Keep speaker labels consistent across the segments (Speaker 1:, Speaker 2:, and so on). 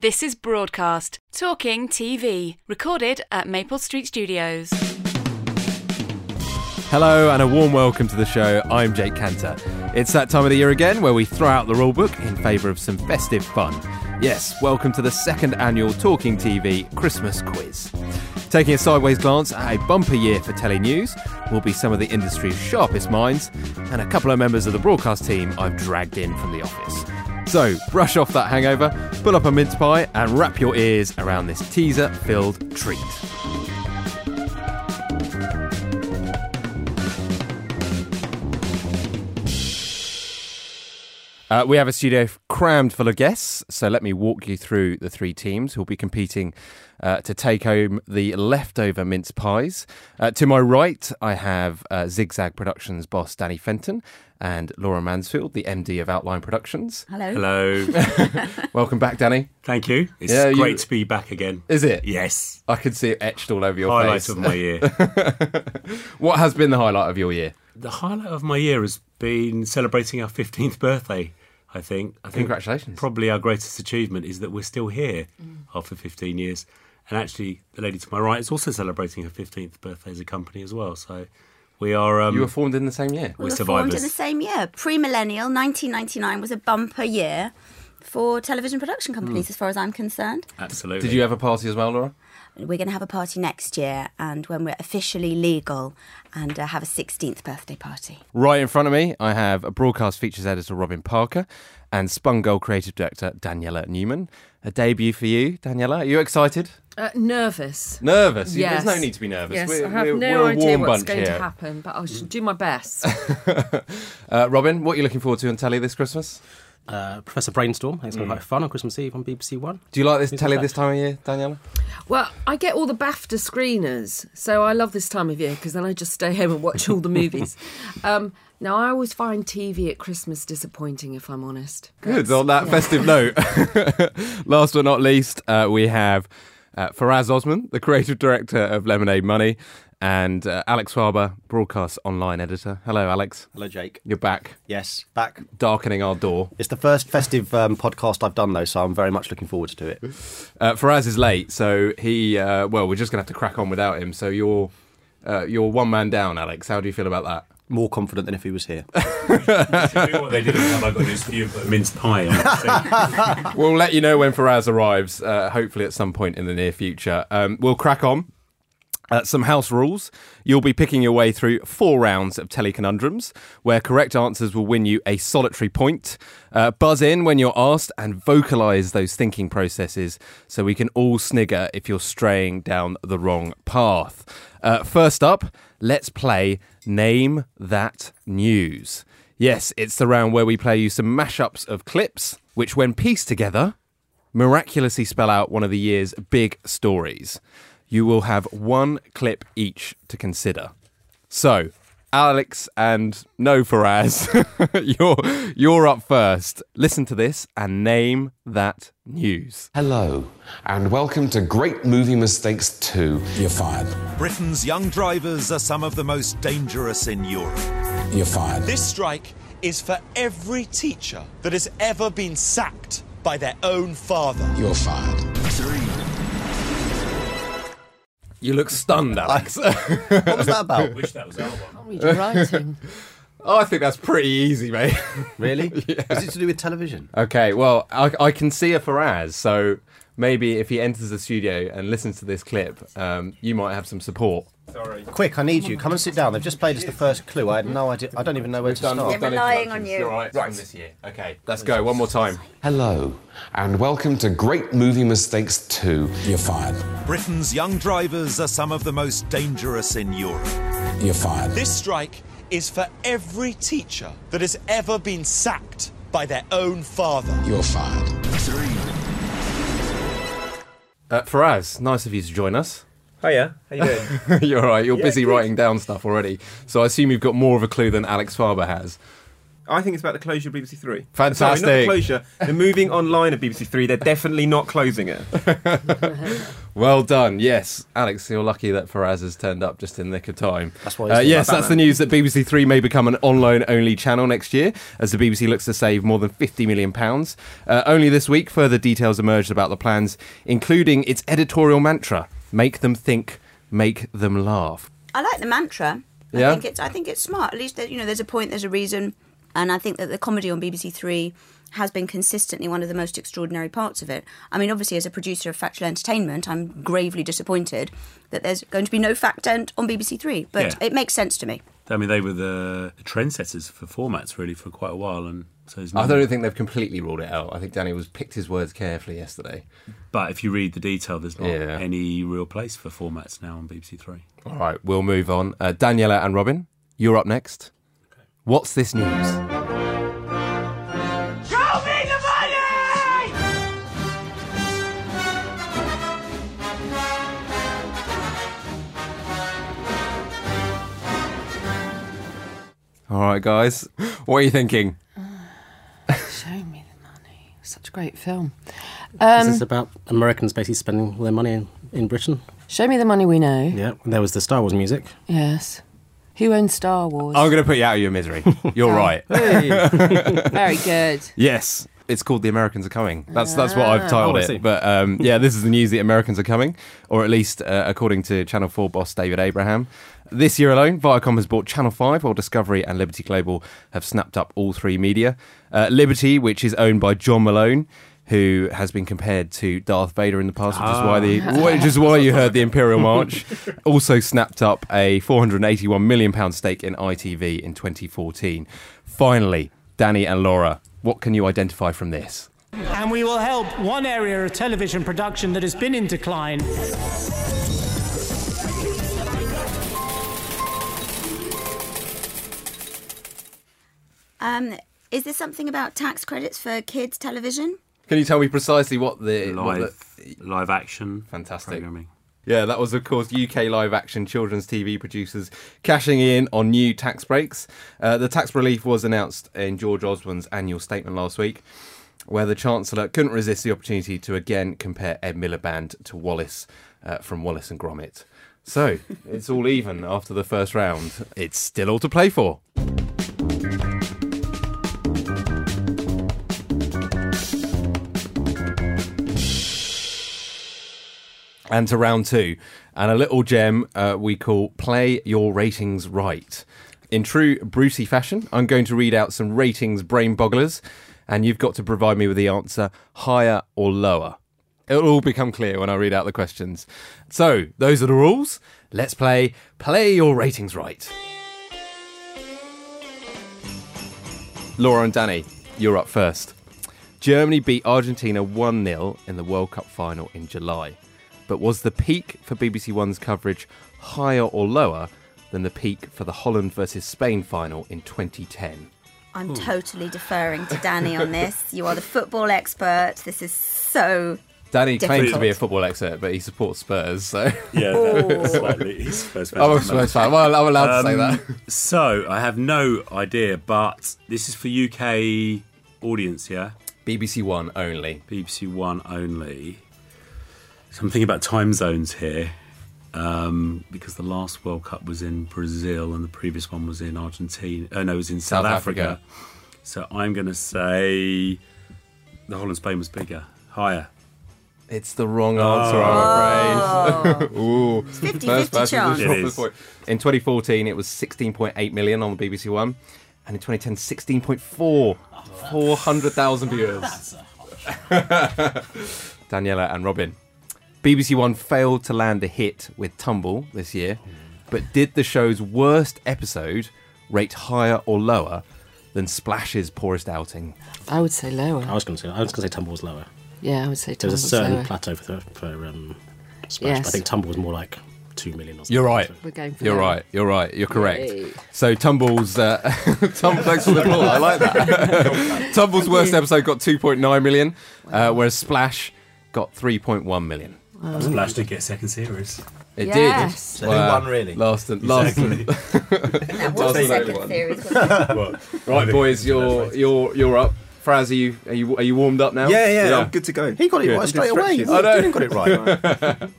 Speaker 1: This is Broadcast, Talking TV, recorded at Maple Street Studios.
Speaker 2: Hello and a warm welcome to the show. I'm Jake Cantor. It's that time of the year again where we throw out the rulebook in favour of some festive fun. Yes, welcome to the second annual Talking TV Christmas Quiz. Taking a sideways glance at a bumper year for telenews will be some of the industry's sharpest minds and a couple of members of the broadcast team I've dragged in from the office. So, brush off that hangover, pull up a mince pie, and wrap your ears around this teaser filled treat. Uh, we have a studio f- crammed full of guests, so let me walk you through the three teams who'll be competing uh, to take home the leftover mince pies. Uh, to my right, I have uh, Zigzag Productions boss Danny Fenton and Laura Mansfield, the MD of Outline Productions.
Speaker 1: Hello.
Speaker 3: Hello.
Speaker 2: Welcome back, Danny.
Speaker 3: Thank you. It's
Speaker 2: Yeah, you-
Speaker 3: great to be back again.
Speaker 2: Is it?
Speaker 3: Yes.
Speaker 2: I can see it etched all over your
Speaker 3: Highlight
Speaker 2: face.
Speaker 3: of my year.
Speaker 2: What has been the highlight of your year?
Speaker 3: the highlight of my year has been celebrating our 15th birthday, I think. I think
Speaker 2: Congratulations.
Speaker 3: Probably our greatest achievement is that we're still here after 15 years. And actually, the lady to my right is also celebrating her 15th birthday as a company as well. So we are. Um,
Speaker 2: You were formed in the same year.
Speaker 3: we're
Speaker 4: we were formed in
Speaker 3: survivors.
Speaker 4: the same year. Pre-millennial, 1999 was a bumper year for television production companies,
Speaker 3: Hmm.
Speaker 4: as far as I'm concerned.
Speaker 3: Absolutely.
Speaker 2: Did you have a party as well, Laura?
Speaker 4: We're going to have a party next year, and when we're officially legal, and uh, have a 16th birthday party.
Speaker 2: Right in front of me, I have a broadcast features editor, Robin Parker, and Spun Gold creative director, Daniela Newman. A debut for you, Daniela. Are you excited?
Speaker 5: Uh, nervous.
Speaker 2: Nervous? You-
Speaker 5: Yes.
Speaker 2: There's no need to be nervous.
Speaker 5: Yes,
Speaker 2: we're,
Speaker 5: I have
Speaker 2: we're-
Speaker 5: no
Speaker 2: we're a
Speaker 5: idea
Speaker 2: warm
Speaker 5: what's
Speaker 2: bunch
Speaker 5: going
Speaker 2: here.
Speaker 5: to happen, but I should do my best.
Speaker 2: Uh, Robin, what are you looking forward to on telly this Christmas?
Speaker 6: uh, Professor Brainstorm. I think it's going to be quite fun on Christmas Eve on BBC One.
Speaker 2: Do you like this
Speaker 6: Who's
Speaker 2: telly
Speaker 6: that?
Speaker 2: this time of year, Daniela?
Speaker 5: well, I get all the BAFTA screeners, so I love this time of year because then I just stay home and watch all the movies. um, now, I always find TV at Christmas disappointing, if I'm honest.
Speaker 2: Good. On that festive note, last but not least, uh, we have uh, Faraz Osman, the creative director of Lemonade Money, and uh, Alex Faber, broadcast online editor. Hello, Alex.
Speaker 7: Hello, Jake.
Speaker 2: You're back,
Speaker 7: Yes, back.
Speaker 2: darkening our door.
Speaker 7: It's the first festive um, podcast I've done, though, so I'm very much looking forward to it.
Speaker 2: Uh, Faraz is late, so he. Uh, well, we're just gonna have to crack on without him. So you're. Uh, you're one man down, Alex. How do you feel about that?
Speaker 7: More confident than if he was here.
Speaker 3: what they did was have I got this few put mince pie on.
Speaker 2: We'll let you know when Faraz arrives, uh, hopefully at some point in the near future. Um, we'll crack on. Uh, some house rules. You'll be picking your way through four rounds of tele conundrums, where correct answers will win you a solitary point. Uh, buzz in when you're asked and vocalise those thinking processes so we can all snigger if you're straying down the wrong path. Uh, first up, let's play Name That News. Yes, it's the round where we play you some mashups of clips, which, when pieced together, miraculously spell out one of the year's big stories. You will have one clip each to consider. So, Alex and no Faraz, you're you're up first. Listen to this and name that news.
Speaker 8: Hello, and welcome to Great Movie Mistakes 2.
Speaker 9: You're fired.
Speaker 10: Britain's young drivers are some of the most dangerous in Europe.
Speaker 9: You're fired.
Speaker 11: This strike is for every teacher that has ever been sacked by their own father.
Speaker 9: You're fired.
Speaker 2: You look stunned, Alex.
Speaker 7: what was that about?
Speaker 3: Wish that was our one.
Speaker 5: Can't read your writing.
Speaker 2: Oh, I think that's pretty easy, mate.
Speaker 7: Really? Is it to do with television?
Speaker 2: okay, well, I, I can see a Faraz, so maybe if he enters the studio and listens to this clip, um, you might have some support.
Speaker 7: Quick, I need you. Come and sit down. They've just played us the first clue. I had no idea. I don't even know where to
Speaker 2: I've
Speaker 7: start.
Speaker 4: They're relying on
Speaker 2: introductions.
Speaker 4: you.
Speaker 2: You're right. From this year. Okay, let's go one more time.
Speaker 8: Hello, and welcome to Great Movie Mistakes 2.
Speaker 9: You're fired.
Speaker 10: Britain's young drivers are some of the most dangerous in Europe.
Speaker 9: You're fired.
Speaker 11: This strike is for every teacher that has ever been sacked by their own father.
Speaker 9: You're fired.
Speaker 2: Uh, Faraz, nice of you to join us.
Speaker 3: Hiya. How you doing?
Speaker 2: you're all right. You're busy writing down stuff already, so I assume you've got more of a clue than Alex Faber has.
Speaker 11: I think it's about the closure of BBC Three.
Speaker 2: Fantastic.
Speaker 11: Sorry, not the closure. They're moving online of BBC Three. They're definitely not closing it.
Speaker 2: Well done. Yes, Alex, you're lucky that Faraz has turned up just in the nick of time.
Speaker 7: That's why he's
Speaker 2: Uh,
Speaker 7: doing
Speaker 2: yes,
Speaker 7: like
Speaker 2: that's the news that BBC Three may become an online only channel next year as the BBC looks to save more than 50 million pounds. Uh, only this week, further details emerged about the plans, including its editorial mantra: "Make them think, make them laugh."
Speaker 4: I like the mantra.
Speaker 2: Yeah?
Speaker 4: I think it's I think it's smart. At least there, you know there's a point, there's a reason, and I think that the comedy on BBC Three has been consistently one of the most extraordinary parts of it. I mean, obviously, as a producer of factual entertainment, I'm gravely disappointed that there's going to be no fact end on BBC Three, but
Speaker 3: Yeah.
Speaker 4: it makes sense to me.
Speaker 3: I mean, they were the trendsetters for formats really for quite a while, and so there's
Speaker 2: I
Speaker 3: none.
Speaker 2: don't think they've completely ruled it out. I think Danny was picked his words carefully yesterday.
Speaker 3: But if you read the detail, there's not
Speaker 2: Yeah.
Speaker 3: any real place for formats now on BBC Three.
Speaker 2: All right, we'll move on. Uh, Daniela and Robin, you're up next. What's this news?
Speaker 9: Show me the money!
Speaker 2: All right, guys, what are you thinking?
Speaker 5: Show me the money. Such a great film.
Speaker 6: This
Speaker 5: Um,
Speaker 6: is about Americans basically spending all their money in, in Britain.
Speaker 5: show me the money we know.
Speaker 6: Yeah, and there was the Star Wars music.
Speaker 5: Yes. Who owns Star Wars?
Speaker 2: I'm going to put you out of your misery. You're right.
Speaker 5: Very good.
Speaker 2: yes. It's called "The Americans Are Coming." That's that's what I've titled
Speaker 6: Oh, I see.
Speaker 2: it. But um, yeah, this is the news: the Americans are coming, or at least uh, according to Channel Four boss David Abraham. This year alone, Viacom has bought Channel Five, while Discovery and Liberty Global have snapped up all three media. Uh, Liberty, which is owned by John Malone, who has been compared to Darth Vader in the past, which is why the which is why you heard the Imperial March. also snapped up a 481 million pound stake in ITV in 2014. Finally, Danny and Laura, what can you identify from this?
Speaker 12: And we will help one area of television production that has been in decline.
Speaker 4: Um, is there something about tax credits for kids television?
Speaker 2: Can you tell me precisely what the what the-
Speaker 3: Live, live action,
Speaker 2: Fantastic.
Speaker 3: programming.
Speaker 2: Yeah, that was, of course, UK live action children's TV producers cashing in on new tax breaks. Uh, the tax relief was announced in George Osborne's annual statement last week, where the Chancellor couldn't resist the opportunity to again compare Ed Miliband to Wallace uh, from Wallace and Gromit. So it's all even after the first round. It's still all to play for. and to round two, and a little gem uh, we call play your ratings right. In true Brucey fashion, I'm going to read out some ratings brain bogglers, and you've got to provide me with the answer higher or lower. It'll all become clear when I read out the questions. So, those are the rules. Let's play play your ratings right. Laura and Danny, you're up first. Germany beat Argentina 1 0 in the World Cup final in July. But was the peak for BBC One's coverage higher or lower than the peak for the Holland versus Spain final in 2010?
Speaker 4: I'm totally deferring to Danny on this. You are the football expert. This is so.
Speaker 2: Danny claims to
Speaker 4: difficult.
Speaker 2: be a football expert, but he supports Spurs, so.
Speaker 3: Yeah,
Speaker 4: Oh.
Speaker 3: slightly. He's first
Speaker 2: I'm a Spurs fan. Well, I'm allowed to say that.
Speaker 3: Um, So I have no idea, but this is for UK audience, yeah.
Speaker 2: BBC One only.
Speaker 3: BBC One only. So I'm thinking about time zones here, um, because the last World Cup was in Brazil and the previous one was in Argentina. Oh no, it was in South,
Speaker 2: South
Speaker 3: Africa. So I'm going to say the Holland Spain was bigger, higher.
Speaker 2: It's the wrong answer, I'm afraid. Ooh.
Speaker 4: 50-50
Speaker 2: First person to
Speaker 4: chance.
Speaker 2: drop
Speaker 3: Oh. It
Speaker 2: the
Speaker 3: is.
Speaker 2: point. In 2014, it was 16.8 million on the BBC One, and in 2010, 16.4. 400,000 viewers. Daniela and Robin. BBC One failed to land a hit with Tumble this year, but did the show's worst episode rate higher or lower than Splash's poorest outing?
Speaker 5: I would say
Speaker 6: I
Speaker 2: Oh.
Speaker 5: lower.
Speaker 6: was going to say I was going to say Tumble was lower.
Speaker 5: Yeah, I would say
Speaker 6: There was
Speaker 5: Tumble's
Speaker 6: a certain
Speaker 5: lower.
Speaker 6: plateau for, for um, Splash.
Speaker 5: Yes.
Speaker 6: But I think Tumble was more like two million or something.
Speaker 2: You're right.
Speaker 5: We're going for
Speaker 2: You're
Speaker 5: lower.
Speaker 2: right. You're right. You're correct.
Speaker 5: Yay.
Speaker 2: So Tumble's uh, Tumble, thanks for the call. I like that. Tumble's worst episode got 2.9 million, uh, whereas Splash got 3.1 million.
Speaker 3: Splash did get second series.
Speaker 2: It
Speaker 5: Yes.
Speaker 2: did.
Speaker 5: So
Speaker 7: who
Speaker 2: Wow.
Speaker 7: won, really?
Speaker 2: Last and last. and-
Speaker 4: That
Speaker 2: was
Speaker 4: was
Speaker 2: the
Speaker 4: the
Speaker 2: second
Speaker 4: second series. wasn't it?
Speaker 3: right,
Speaker 2: Boys, you're you're you're up. Faraz, are you are you are you warmed up now?
Speaker 13: Yeah, yeah, I'm good to go.
Speaker 7: He got it
Speaker 2: Good.
Speaker 7: right straight away.
Speaker 2: Stretches.
Speaker 7: You
Speaker 2: I know.
Speaker 7: didn't got it right.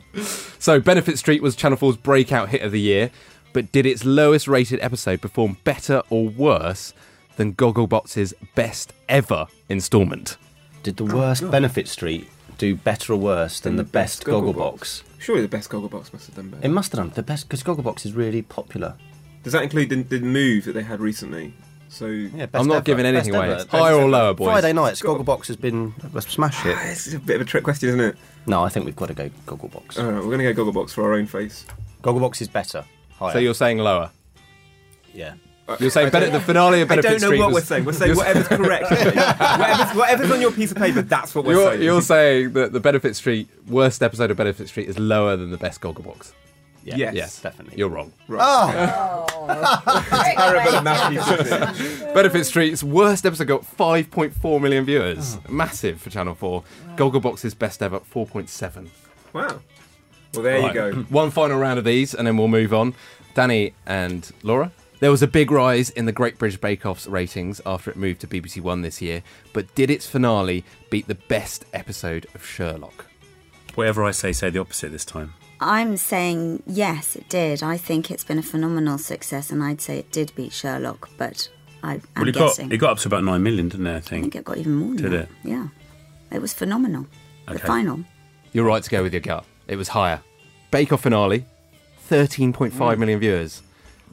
Speaker 2: So, Benefit Street was Channel 4's breakout hit of the year, but did its lowest rated episode perform better or worse than Gogglebox's best ever instalment?
Speaker 7: Did the worst Benefit Street do better or worse than the best Gogglebox?
Speaker 13: Surely the best Gogglebox must have done better.
Speaker 7: It must have done the best because Gogglebox is really popular.
Speaker 13: Does that include the, the move that they had recently? So yeah,
Speaker 7: Best ever, best ever, best ever. Friday nights, Gogglebox has been a smash hit.
Speaker 13: This is a bit of a trick question, isn't it?
Speaker 7: No, I think we've got to go Gogglebox.
Speaker 13: All right, we're going to go Gogglebox for our own face.
Speaker 7: Gogglebox is better. Higher.
Speaker 2: So you're saying lower?
Speaker 7: yeah.
Speaker 2: You're saying
Speaker 13: I
Speaker 2: better
Speaker 13: don't-
Speaker 2: the finale of Benefit
Speaker 13: I don't know
Speaker 2: Street
Speaker 13: what
Speaker 2: was-
Speaker 13: we're saying. We're saying
Speaker 2: You're-
Speaker 13: whatever's correct. whatever's, whatever's on your piece of paper, that's what we're
Speaker 2: You're,
Speaker 13: saying.
Speaker 2: you're saying that the Benefit Street worst episode of Benefit Street is lower than the best Gogglebox.
Speaker 13: Yeah. Yes.
Speaker 2: definitely. You're wrong.
Speaker 13: Terrible math
Speaker 2: Benefit Street's worst episode got 5.4 million viewers.
Speaker 13: Oh.
Speaker 2: Massive for Channel 4. Gogglebox's best ever, 4.7.
Speaker 13: Wow. Well,
Speaker 2: Right.
Speaker 13: there
Speaker 2: Hmm.
Speaker 13: you go.
Speaker 2: One final round of these, and then we'll move on. Danny and Laura. There was a big rise in the Great British Bake Off's ratings after it moved to BBC One this year, but did its finale beat the best episode of Sherlock?
Speaker 3: Whatever I say, say the opposite this time.
Speaker 4: I'm saying yes, it did. I think it's been a phenomenal success, and I'd say it did beat Sherlock, but I, I'm
Speaker 3: well, it got,
Speaker 4: guessing.
Speaker 3: it got up to about 9 million, didn't it, I think? I think
Speaker 4: it got even more.
Speaker 3: Did it?
Speaker 4: Yeah, it was phenomenal. The
Speaker 2: Okay.
Speaker 4: final.
Speaker 2: You're right to go with your gut. It was higher. Mm. Bake Off finale, 13.5 million viewers.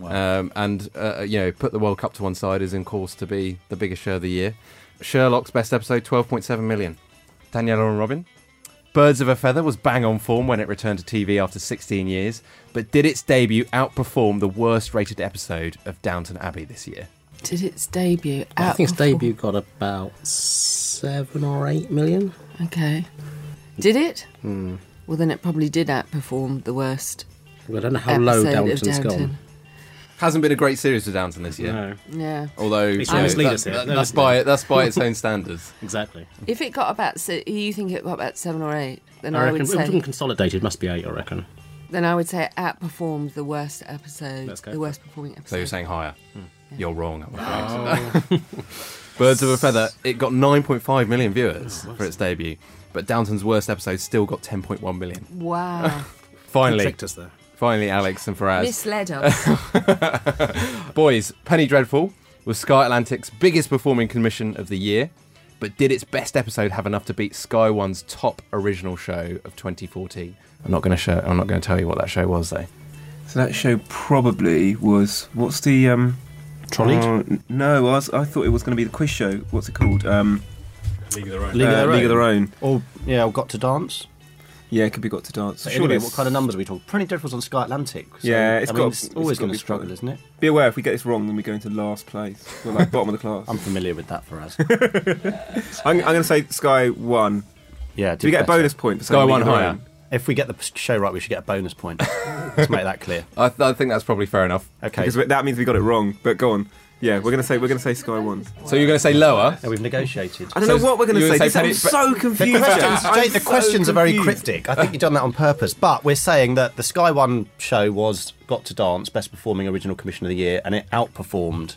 Speaker 2: Um, and, uh, you know, put the World Cup to one side is, in course, to be the biggest show of the year. Sherlock's best episode, 12.7 million. Daniela and Robin. Birds of a Feather was bang on form when it returned to TV after 16 years, but did its debut outperform the worst rated episode of Downton Abbey this year?
Speaker 5: Did its debut?
Speaker 6: I think its
Speaker 5: outperform-
Speaker 6: debut got about seven or eight million.
Speaker 5: Okay. Did it?
Speaker 6: Hmm.
Speaker 5: Well, then it probably did outperform the worst.
Speaker 6: Well, I don't know how low
Speaker 5: episode of
Speaker 6: Downton's
Speaker 5: Downton.
Speaker 6: gone.
Speaker 2: Hasn't been a great series for Downton this year.
Speaker 6: No.
Speaker 5: Yeah.
Speaker 2: Although,
Speaker 6: It's
Speaker 2: you know,
Speaker 6: mislead
Speaker 2: that-
Speaker 6: us here.
Speaker 2: that-
Speaker 6: No,
Speaker 2: that's,
Speaker 6: it's
Speaker 2: by,
Speaker 6: not.
Speaker 2: that's by its own standards.
Speaker 6: Exactly.
Speaker 5: If it got about, si you think it got about seven or eight, then
Speaker 6: I
Speaker 5: I,
Speaker 6: reckon
Speaker 5: would
Speaker 6: it
Speaker 5: say.
Speaker 6: wasn't consolidated. Must be eight, I reckon.
Speaker 5: Then I would say it outperformed the worst episode,
Speaker 6: Let's go
Speaker 5: the
Speaker 6: for
Speaker 5: worst performing episode.
Speaker 2: So you're saying higher?
Speaker 13: Hmm.
Speaker 2: You're wrong. I'm
Speaker 5: Oh.
Speaker 2: afraid. Birds of a Feather. It got 9.5 million viewers
Speaker 13: Oh,
Speaker 2: for its debut, but Downton's worst episode still got 10.1 million.
Speaker 5: Wow.
Speaker 2: Finally,
Speaker 6: He tricked us there.
Speaker 2: Finally, Alex and Faraz
Speaker 5: Misled us.
Speaker 2: Boys, Penny Dreadful was Sky Atlantic's biggest performing commission of the year, but did its best episode have enough to beat Sky One's top original show of 2014? I'm not going to show. I'm not going to tell you what that show was, though.
Speaker 13: So that show probably was what's the um
Speaker 6: Trolley?
Speaker 13: oh, n- no, I, was, I thought it was going to be the quiz show. What's it called? Um,
Speaker 7: League
Speaker 6: of Their
Speaker 13: Own. Uh, League of Their Own.
Speaker 7: Or yeah, or Got to Dance.
Speaker 13: yeah, it could be got to dance.
Speaker 7: So
Speaker 13: Surely
Speaker 7: anyway,
Speaker 13: it's-
Speaker 7: what kind of numbers are we talking? Pretty Dreadful's on Sky Atlantic. so,
Speaker 13: yeah, it's
Speaker 7: I mean,
Speaker 13: got
Speaker 7: it's always going to struggle, isn't it?
Speaker 13: Be aware if we get this wrong, then we go into last place. We're like bottom of the class.
Speaker 7: I'm familiar with that for us.
Speaker 13: I'm, I'm going to say Sky one.
Speaker 7: Yeah,
Speaker 13: Do we get a bonus point for saying
Speaker 7: Sky
Speaker 13: League
Speaker 7: One
Speaker 13: of Their
Speaker 7: higher.
Speaker 13: Own?
Speaker 7: If we get the p- show right, we should get a bonus point. Let's make that clear.
Speaker 2: I, th- I think that's probably fair enough.
Speaker 7: Okay.
Speaker 13: Because we- that means we got it wrong. But go on. Yeah, we're going to say we're going to say Sky one.
Speaker 2: So you're going to say lower?
Speaker 7: we've negotiated.
Speaker 13: I don't know what we're going to say. This- I'm so confused.
Speaker 7: The questions,
Speaker 13: I'm
Speaker 7: Jake, the
Speaker 13: so
Speaker 7: questions are very
Speaker 13: confused.
Speaker 7: cryptic. I think you've done that on purpose. But we're saying that the Sky One show was Got to Dance, best performing original commission of the year, and it outperformed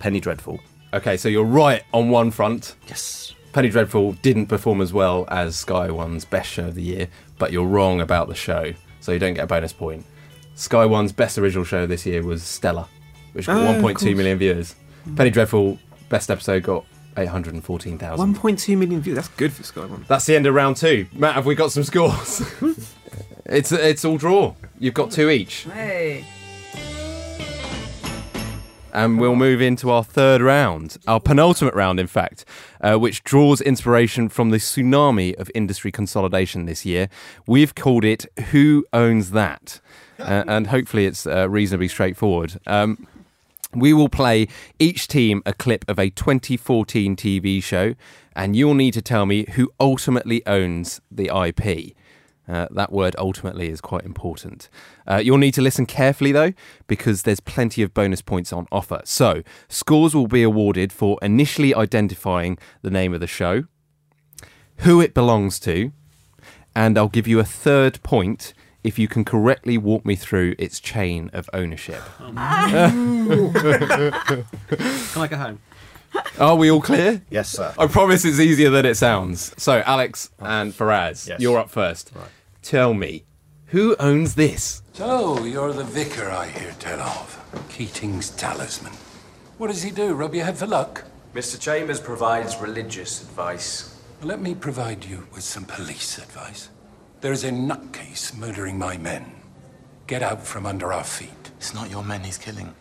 Speaker 7: Penny Dreadful.
Speaker 2: Okay, so you're right on one front. Yes. Penny Dreadful didn't perform as well as Sky One's best show of the year, but you're wrong about the show, so you don't get a bonus point. Sky One's best original show this year was Stella, which got
Speaker 13: Oh, of
Speaker 2: 1.2
Speaker 13: course.
Speaker 2: million viewers. Penny Dreadful best episode got 814,000.
Speaker 13: One point two million views. That's good for Sky one.
Speaker 2: That's the end of round two. Matt, have we got some scores? it's it's all draw. You've got two each,
Speaker 5: Hey.
Speaker 2: and we'll move into our third round, our penultimate round, in fact, uh, which draws inspiration from the tsunami of industry consolidation this year. We've called it "Who Owns That," Uh, and hopefully, it's uh, reasonably straightforward. Um, we will play each team a clip of a 2014 TV show, and you'll need to tell me who ultimately owns the IP. Uh, that word ultimately is quite important. Uh, you'll need to listen carefully though, because there's plenty of bonus points on offer. So, scores will be awarded for initially identifying the name of the show, who it belongs to, and I'll give you a third point if you can correctly walk me through its chain of ownership.
Speaker 6: Can I go home?
Speaker 2: Are we all clear?
Speaker 7: Yes, sir.
Speaker 2: I promise it's easier than it sounds. So, Alex and Faraz,
Speaker 14: Yes.
Speaker 2: you're up first. Tell me, who owns this?
Speaker 14: So, you're the vicar I hear tell of. Keating's talisman. What does he do? Rub your head for luck?
Speaker 15: Mr. Chambers provides religious advice.
Speaker 14: Let me provide you with some police advice. There is a nutcase murdering my men. Get out from under our feet. It's not
Speaker 2: Oh,
Speaker 14: your men he's killing.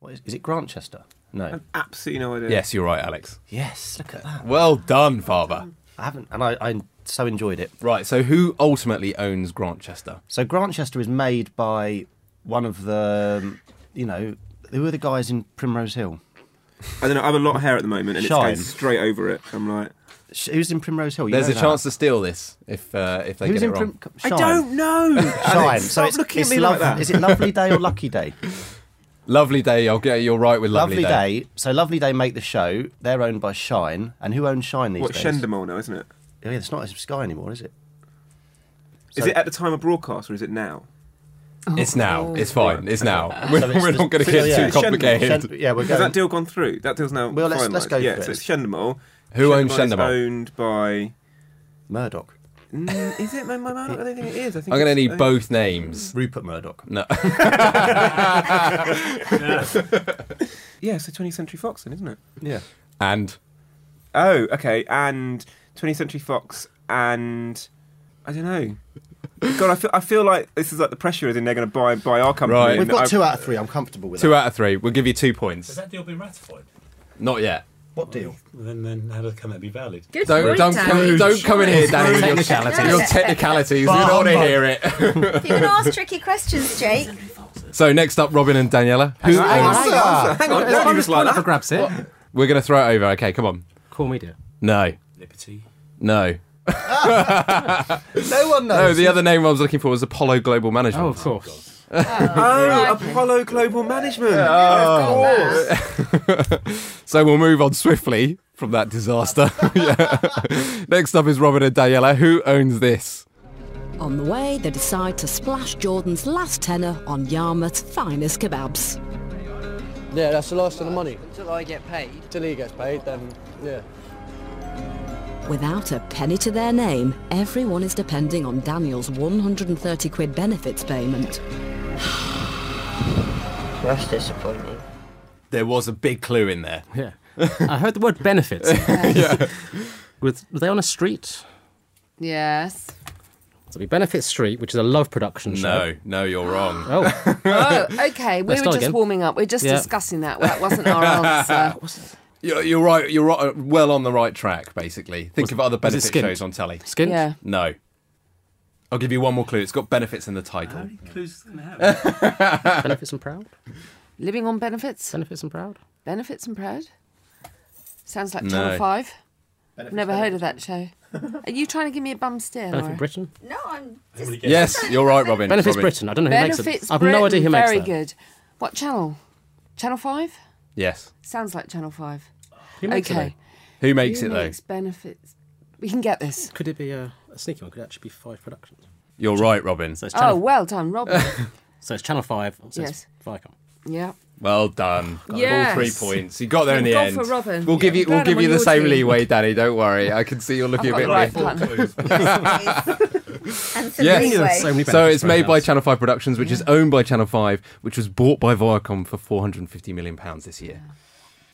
Speaker 7: What is, is it Grantchester? No.
Speaker 13: I've absolutely no idea.
Speaker 2: Yes, you're right, Alex.
Speaker 7: Yes, look at that.
Speaker 2: Well done, Father.
Speaker 7: I haven't, and I, I so enjoyed it.
Speaker 2: Right, so who ultimately owns Grantchester?
Speaker 7: So Grantchester is made by one of the, um, you know, who are the guys in Primrose Hill?
Speaker 13: I don't know. I have a lot of hair at the moment, and
Speaker 7: Shine.
Speaker 13: it's going straight over it. I'm like,
Speaker 7: who's in Primrose Hill? You
Speaker 2: There's
Speaker 7: know
Speaker 2: a
Speaker 7: that.
Speaker 2: chance to steal this if uh, if they
Speaker 7: Who's
Speaker 2: get it
Speaker 7: in
Speaker 2: wrong.
Speaker 7: Prim-
Speaker 13: I
Speaker 7: Shine.
Speaker 13: don't know.
Speaker 7: Shine. so
Speaker 13: stop
Speaker 7: it's,
Speaker 13: looking at
Speaker 7: it's
Speaker 13: me like that.
Speaker 7: Is it Lovely Day or Lucky Day?
Speaker 2: lovely day. I'll get you're right with lovely,
Speaker 7: day. So Lovely Day make the show. They're owned by Shine, and who owns Shine these
Speaker 13: What
Speaker 7: days?
Speaker 13: Shendamore now, isn't it?
Speaker 7: Oh, yeah, it's not Sky anymore, is it?
Speaker 13: Is
Speaker 7: So-
Speaker 13: it at the time of broadcast or is it now?
Speaker 2: It's now. It's fine. It's now.
Speaker 13: Okay.
Speaker 2: We're,
Speaker 13: So it's
Speaker 2: we're
Speaker 13: the-
Speaker 2: not going to
Speaker 13: so
Speaker 7: Oh,
Speaker 2: get
Speaker 13: yeah.
Speaker 2: too
Speaker 13: It's Shendamore.
Speaker 2: complicated.
Speaker 7: Shend- yeah, we're
Speaker 13: Has
Speaker 7: going-
Speaker 13: that deal gone through? That deal's now.
Speaker 7: Well, let's- let's
Speaker 13: finalised.
Speaker 7: go
Speaker 13: Yeah,
Speaker 7: for
Speaker 13: so
Speaker 7: it.
Speaker 13: it's Shendamore.
Speaker 2: Who owns
Speaker 13: Shendamore is
Speaker 2: Shendamore?
Speaker 13: Owned by.
Speaker 7: Murdoch.
Speaker 13: Mm, is it my my Murdoch? I don't think it is. I
Speaker 2: I'm
Speaker 13: think
Speaker 2: going to
Speaker 13: it's-
Speaker 2: need
Speaker 13: uh,
Speaker 2: both names.
Speaker 7: Rupert Murdoch.
Speaker 2: No.
Speaker 13: Yeah, so 20th Century Fox, then, isn't it?
Speaker 7: Yeah.
Speaker 2: And
Speaker 13: Oh, okay. And 20th Century Fox and I don't know. God, I feel I feel like this is like the pressure is in they're going to buy buy our company.
Speaker 2: Right.
Speaker 13: and
Speaker 2: We've got
Speaker 13: I've-
Speaker 7: Two out of three. I'm comfortable with
Speaker 2: two
Speaker 7: that.
Speaker 2: out of three. We'll give you two points.
Speaker 16: that deal been ratified?
Speaker 2: Not yet.
Speaker 7: What deal?
Speaker 16: Then, then how can that be valid?
Speaker 2: don't don't come, don't come in here, Danny. with your-
Speaker 16: Technicalities.
Speaker 2: Your technicalities. We don't want to hear it.
Speaker 4: You can ask tricky questions, Jake.
Speaker 2: so next up, Robin and Daniela. Who
Speaker 6: Hang on, hang on,
Speaker 7: ah,
Speaker 2: owns?
Speaker 6: hang on.
Speaker 2: What?
Speaker 6: Don't you just like that? Grabs it.
Speaker 2: We're going to throw it over. Okay, come on.
Speaker 6: Core media.
Speaker 2: No.
Speaker 16: Liberty.
Speaker 2: No.
Speaker 7: no one
Speaker 2: No, the other name I was looking for was Apollo Global Management. Oh, of
Speaker 6: course.
Speaker 13: Oh, Apollo Global Management. Of course.
Speaker 2: So we'll move on swiftly from that disaster. Yeah. Next up is Robin and Daniela. Who owns this?
Speaker 17: On the way, they decide to splash Jordan's last tenner on Yarmouth's finest kebabs.
Speaker 18: Yeah, that's the last of the money.
Speaker 19: Until I get paid.
Speaker 18: Till he gets paid, then yeah.
Speaker 17: Without a penny to their name, everyone is depending on Daniel's 130 quid benefits payment.
Speaker 19: That's disappointing.
Speaker 2: There was a big clue in there.
Speaker 6: Yeah. I heard the word benefits. yeah. With, were they on a street?
Speaker 5: Yes.
Speaker 6: So we benefit street, which is a love production show.
Speaker 2: No, no, you're wrong.
Speaker 6: Oh,
Speaker 5: Oh, okay. We
Speaker 6: Let's
Speaker 5: were
Speaker 6: start
Speaker 5: just
Speaker 6: again.
Speaker 5: warming up. We are just
Speaker 2: Yeah.
Speaker 5: discussing that. That wasn't our answer.
Speaker 2: You're, you're right. You're right, uh, well on the right track. Basically, think of other
Speaker 6: was it
Speaker 2: benefit
Speaker 6: Skint?
Speaker 2: shows on telly.
Speaker 6: Skint? Yeah.
Speaker 2: No. I'll give you one more clue. It's got benefits in the title.
Speaker 16: Clues in the
Speaker 6: benefits and proud.
Speaker 5: Living on benefits.
Speaker 6: Benefits and proud.
Speaker 5: Benefits and proud. Sounds like
Speaker 6: No.
Speaker 5: Channel Five. Never heard of that show. Are you trying to give me a bum steer?
Speaker 6: Benefit
Speaker 5: Laura?
Speaker 6: Britain?
Speaker 5: No, I'm.
Speaker 2: Yes, you're right, Robin.
Speaker 6: Benefits
Speaker 2: Robin.
Speaker 6: Britain. I don't know who
Speaker 5: benefits
Speaker 6: makes it. I've no idea
Speaker 5: Britain,
Speaker 6: who makes
Speaker 5: Very
Speaker 6: that.
Speaker 5: good. What channel? Channel Five.
Speaker 2: Yes.
Speaker 5: Sounds like Channel Five.
Speaker 6: Who makes it,
Speaker 5: okay.
Speaker 2: Who makes
Speaker 5: Who
Speaker 2: it though?
Speaker 5: makes benefits. We can get this.
Speaker 6: Could it be a, a sneaky one? Could it actually be five productions?
Speaker 2: You're right, Robin.
Speaker 6: So it's
Speaker 5: Oh,
Speaker 6: Channel,
Speaker 5: well done, Robin.
Speaker 6: so it's channel Five. So
Speaker 5: Yes.
Speaker 6: it's Viacom.
Speaker 5: yeah.
Speaker 2: Well done.
Speaker 5: Got it. Yes.
Speaker 2: All three points. You got there in the
Speaker 5: Thank
Speaker 2: end.
Speaker 5: God for Robin.
Speaker 2: We'll give
Speaker 5: Yeah.
Speaker 2: you.
Speaker 5: Glad
Speaker 2: We'll
Speaker 5: I'm
Speaker 2: give
Speaker 5: on
Speaker 2: you the
Speaker 5: your
Speaker 2: same
Speaker 5: team.
Speaker 2: leeway, Danny. Don't worry. I can see you're looking a bit. weird. Yes.
Speaker 6: So many
Speaker 2: So,
Speaker 6: benefits
Speaker 2: it's
Speaker 6: for
Speaker 2: made
Speaker 6: everyone
Speaker 2: by
Speaker 6: else.
Speaker 2: Channel 5 Productions, which is owned by Channel 5, which was bought by Viacom for 450 million pounds this year.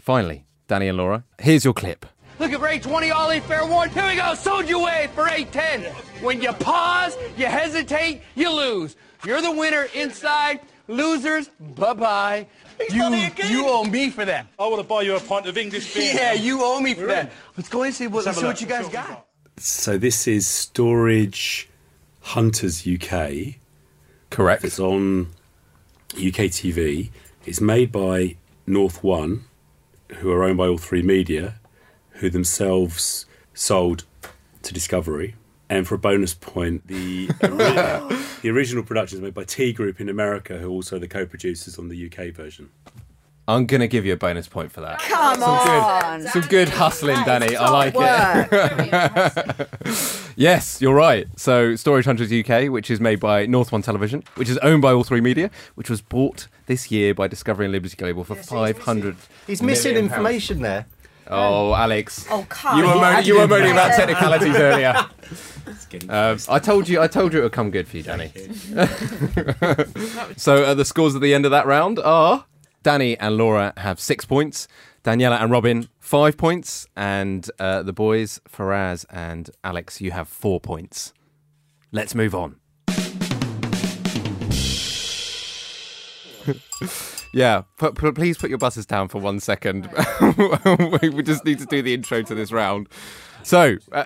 Speaker 2: Finally, Danny and Laura, here's your clip.
Speaker 9: Looking for 820 Ollie fair warning. Here we go, soldier wave for 810. When you pause, you hesitate, you lose. You're the winner inside. Losers, bye bye. You, you owe me for that. I want to buy you a pint of English
Speaker 11: beer.
Speaker 9: Yeah, you owe me for that. Let's go and see
Speaker 11: Let's
Speaker 9: what,
Speaker 11: have
Speaker 9: see
Speaker 11: a look.
Speaker 9: what you guys got.
Speaker 11: So this is Storage Hunters UK.
Speaker 2: Correct.
Speaker 11: It's on UK TV. It's made by North One, who are owned by all three media, who themselves sold to Discovery. And for a bonus point, the ori- the original production is made by T Group in America, who are also the co-producers on the UK version.
Speaker 2: I'm going to give you a bonus point for that.
Speaker 9: Come
Speaker 2: some
Speaker 9: on.
Speaker 2: Good, some good hustling, Danny. I like it. Yes, you're right. So, Storage Hunters UK, which is made by North One Television, which is owned by All Three Media, which was bought this year by Discovery and Liberty Global for five hundred.
Speaker 7: He's missing information there.
Speaker 2: Oh, Alex!
Speaker 4: Oh, come
Speaker 2: You were
Speaker 4: on.
Speaker 2: moaning, you were moaning about
Speaker 4: Yeah.
Speaker 2: technicalities earlier. Um, I told you, I told you it would come good for you, Danny. so uh, the scores at the end of that round are: Danny and Laura have six points, Daniela and Robin five points, and uh, the boys Faraz and Alex, you have four points. Let's move on. Yeah, put, pl- please put your buzzers down for one second. we we just need to do the intro to this round. So, uh,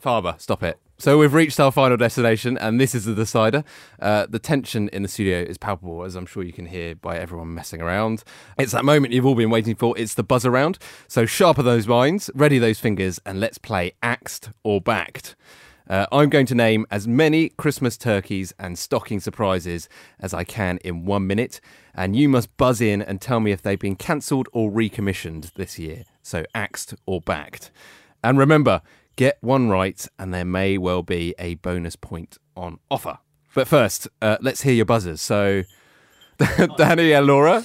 Speaker 2: Faber, stop it. So we've reached our final destination, and this is the decider. Uh, the tension in the studio is palpable, as I'm sure you can hear by everyone messing around. It's that moment you've all been waiting for. It's the buzz round. So sharpen those minds, ready those fingers, and let's play axed or backed. Uh, I'm going to name as many Christmas turkeys and stocking surprises as I can in one minute, and you must buzz in and tell me if they've been cancelled or recommissioned this year. So, axed or backed. And remember, get one right, and there may well be a bonus point on offer. But first, uh, let's hear your buzzers. So, Danny and Laura.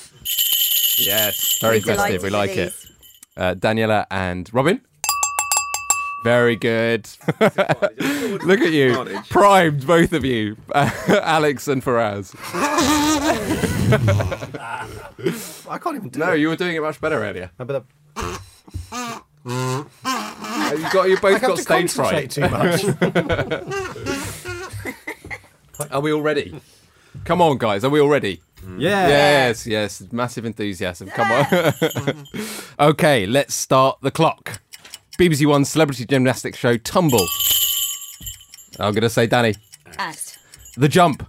Speaker 2: Yes, very
Speaker 20: We're
Speaker 2: festive. We
Speaker 20: delighted
Speaker 2: like
Speaker 20: with
Speaker 2: it. Uh, Daniela and Robin. Very good. Look at you. Primed, both of you. Alex and Faraz.
Speaker 7: I can't even do
Speaker 2: no,
Speaker 7: it.
Speaker 2: you were doing it much better earlier.
Speaker 7: but
Speaker 2: Uh, you got you
Speaker 7: I
Speaker 2: both
Speaker 7: have
Speaker 2: got
Speaker 7: to
Speaker 2: stage fright.
Speaker 7: concentrate too much.
Speaker 2: are we all ready? Come on, guys. Are we all ready?
Speaker 7: Yeah.
Speaker 2: Yes, yes. Massive enthusiasm. Come on. okay, let's start the clock. BBC One celebrity gymnastics show Tumble. I'm going to say Danny.
Speaker 4: Act.
Speaker 2: The Jump.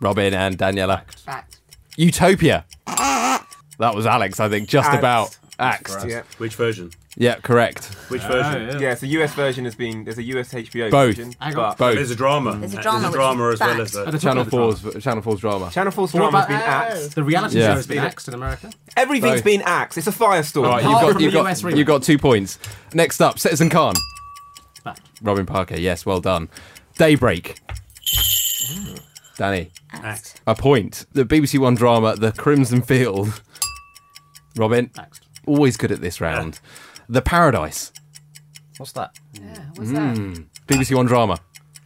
Speaker 2: Robin and Daniela.
Speaker 4: Fact.
Speaker 2: Utopia. That was Alex, I think, just
Speaker 13: Axed.
Speaker 2: about.
Speaker 13: For
Speaker 2: Axed.
Speaker 13: us.
Speaker 2: Yeah.
Speaker 13: Which version?
Speaker 2: correct.
Speaker 13: Which version? Uh, yeah. it's the US version has been. There's a US HBO
Speaker 2: Both.
Speaker 13: version.
Speaker 2: Hang on.
Speaker 13: but-
Speaker 2: Both. There's a drama.
Speaker 6: There's a
Speaker 13: There's a drama as well as
Speaker 6: backed.
Speaker 13: the
Speaker 2: Channel 4's, Channel 4's drama.
Speaker 13: Channel 4's
Speaker 6: What
Speaker 13: drama has
Speaker 6: about-
Speaker 13: been axed.
Speaker 6: The reality
Speaker 2: Yeah.
Speaker 6: show has been axed in America.
Speaker 13: Everything's
Speaker 2: Both.
Speaker 13: been axed. It's a firestorm.
Speaker 2: All right, you've
Speaker 6: Apart
Speaker 2: got,
Speaker 6: from
Speaker 2: you've,
Speaker 6: the US
Speaker 2: got,
Speaker 6: remake.
Speaker 2: you've got two points. Next up, Citizen Khan.
Speaker 6: Back.
Speaker 2: Robin Parker, yes, well done. Daybreak. Danny.
Speaker 6: Axed.
Speaker 2: A point. The BBC One drama, The Crimson Field. Robin. Always good at this round. The Paradise.
Speaker 7: What's that?
Speaker 5: Yeah,
Speaker 6: Hmm.
Speaker 2: Mm. BBC One drama.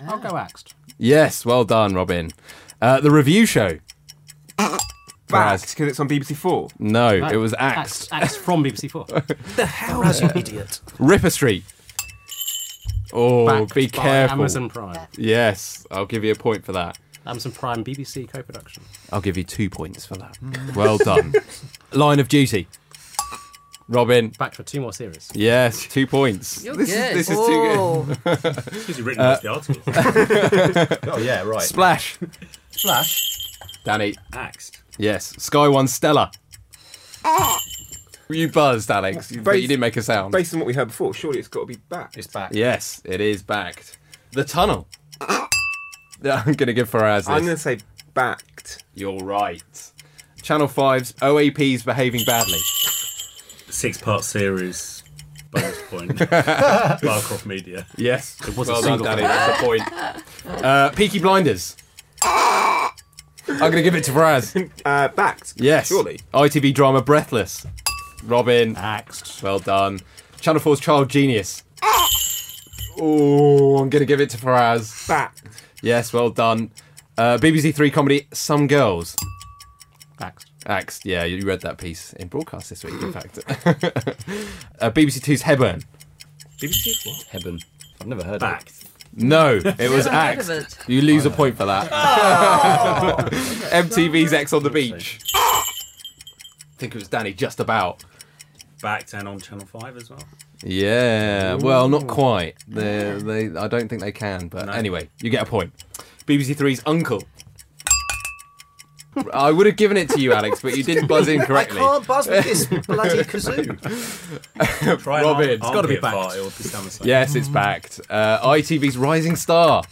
Speaker 5: I'll go axed.
Speaker 2: Yes, well done, Robin. Uh, the Review Show.
Speaker 13: Axed because it's on BBC Four.
Speaker 2: No,
Speaker 13: Back.
Speaker 2: it was axed.
Speaker 13: Axed. Axed from
Speaker 6: BBC Four.
Speaker 13: the hell,
Speaker 6: Razzie,
Speaker 13: idiot!
Speaker 2: Ripper Street. Oh,
Speaker 6: Backed
Speaker 2: be
Speaker 6: by
Speaker 2: careful.
Speaker 6: Amazon Prime.
Speaker 2: Yes, I'll give you a point for that.
Speaker 6: Amazon Prime BBC co-production.
Speaker 2: I'll give you two points for that. Hmm. Well done. Line of Duty. Robin.
Speaker 6: Back for two more series.
Speaker 2: Yes, two points. Oh.
Speaker 6: You're
Speaker 2: this
Speaker 6: good.
Speaker 2: Is, this is too good.
Speaker 6: It's 'cause you've written most
Speaker 2: Uh,
Speaker 6: of the articles. Oh, yeah, right.
Speaker 2: Splash.
Speaker 7: Splash.
Speaker 2: Danny.
Speaker 6: Axed.
Speaker 2: Yes. Sky One Stella. You buzzed, Alex, but you
Speaker 13: Based-
Speaker 2: didn't make a sound.
Speaker 13: Based on what we heard before, surely it's got to be back. It's back.
Speaker 2: Yes, it is backed. The tunnel. Yeah, I'm going to give Faraz this.
Speaker 13: I'm going to say backed.
Speaker 2: You're right. Channel 5's OAP's behaving badly.
Speaker 11: Six part series. Bonus point. Barcroft Media.
Speaker 2: Yes.
Speaker 11: It was a
Speaker 2: well
Speaker 11: single
Speaker 2: done, Danny.
Speaker 11: point.
Speaker 2: That's a point. Uh, Peaky Blinders. I'm going to give it to Faraz.
Speaker 13: Uh, backed.
Speaker 2: Yes.
Speaker 13: Surely.
Speaker 2: ITV drama Breathless. Robin. Axed. Well done. Channel 4's Child Genius. Oh, I'm going to give it to Faraz.
Speaker 13: Backed.
Speaker 2: Yes, well done. Uh, BBC Three comedy Some Girls.
Speaker 6: Axed.
Speaker 2: Axed. Yeah, you read that piece in broadcast this week, in fact. uh, BBC Two's Hebburn.
Speaker 11: BBC what?
Speaker 2: Hebburn.
Speaker 7: I've never heard
Speaker 11: Backed.
Speaker 7: of
Speaker 2: No, it was
Speaker 7: Never heard of
Speaker 2: Axed.
Speaker 7: it.
Speaker 2: You lose a point for that.
Speaker 7: Oh.
Speaker 2: MTV's X on the Beach. I think it was Danny just about.
Speaker 11: Backed and on Channel 5 as well.
Speaker 2: Yeah, well, not
Speaker 11: Ooh.
Speaker 2: quite. They, they, I don't think they can. But
Speaker 11: No.
Speaker 2: anyway, you get a point. BBC Three's Uncle. I would have given it to you, Alex, but you didn't buzz in correctly.
Speaker 7: I can't buzz with this bloody kazoo.
Speaker 11: an
Speaker 2: Robin,
Speaker 11: ar-
Speaker 2: it's got to be
Speaker 11: armpit fart,
Speaker 2: backed.
Speaker 11: it'll be Samsung.
Speaker 2: Yes, it's backed. Uh, ITV's Rising Star.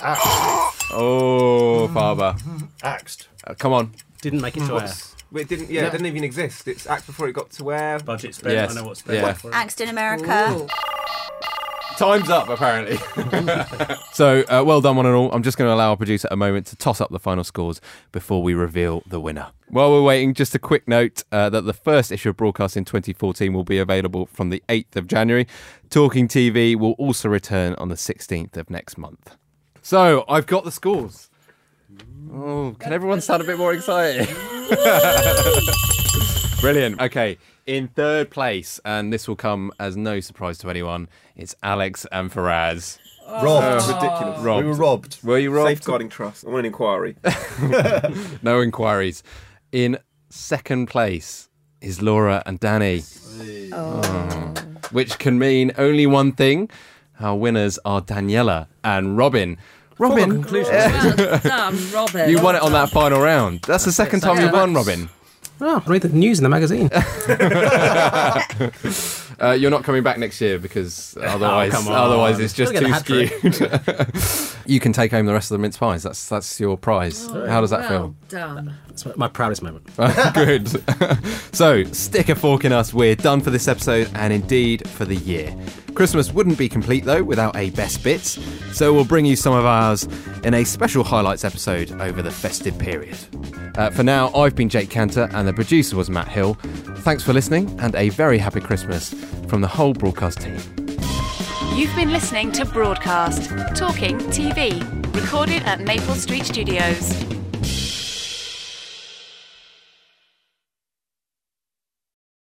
Speaker 2: Ah. Oh, Faber.
Speaker 7: Axed.
Speaker 2: Uh, come on.
Speaker 6: Didn't make
Speaker 13: What's- well, It didn't. Yeah,
Speaker 2: No.
Speaker 13: it didn't even exist. It's axed before it got to where.
Speaker 11: Budget
Speaker 2: spent, I Yes. know what spent Yeah.
Speaker 13: Yeah.
Speaker 2: for
Speaker 4: Axed in America.
Speaker 2: Time's up, apparently. so, uh, well done, one and all. I'm just going to allow our producer a moment to toss up the final scores before we reveal the winner. While we're waiting, just a quick note uh, that the first issue of Broadcast in 2014 will be available from the 8th of January. Talking TV will also return on the 16th of next month. So, I've got the scores. Oh, can everyone sound a bit more excited? Brilliant. Okay, in third place, and this will come as no surprise to anyone, it's Alex and Faraz.
Speaker 13: Robbed.
Speaker 2: Uh,
Speaker 13: Oh, ridiculous.
Speaker 2: Robbed.
Speaker 13: We were robbed.
Speaker 2: Were you robbed?
Speaker 13: Safeguarding trust. I want an inquiry.
Speaker 2: no inquiries. In second place is Laura and Danny. Oh. Which can mean only one thing. Our winners are Daniela and Robin. Robin,
Speaker 20: Well done, Robin.
Speaker 2: you won it on that final round. That's the second time
Speaker 20: Yeah,
Speaker 2: you've won,
Speaker 20: that's-
Speaker 2: Robin.
Speaker 6: Oh, read the news in the magazine.
Speaker 2: Uh, you're not coming back next year because otherwise,
Speaker 6: Oh, come on.
Speaker 2: otherwise it's just
Speaker 6: Look at
Speaker 2: too
Speaker 6: the
Speaker 2: skewed. you can take home the rest of the mince pies. That's that's your prize.
Speaker 6: Oh,
Speaker 2: How does that feel?
Speaker 5: Done.
Speaker 6: It's my- my proudest moment.
Speaker 2: Good. so, stick a fork in us. We're done for this episode and indeed for the year. Christmas wouldn't be complete though without a best bits, so we'll bring you some of ours in a special highlights episode over the festive period. Uh, for now, I've been Jake Cantor and the producer was Matt Hill. Thanks for listening and a very happy Christmas from the whole broadcast team.
Speaker 1: You've been listening to Broadcast, Talking TV, recorded at Maple Street Studios.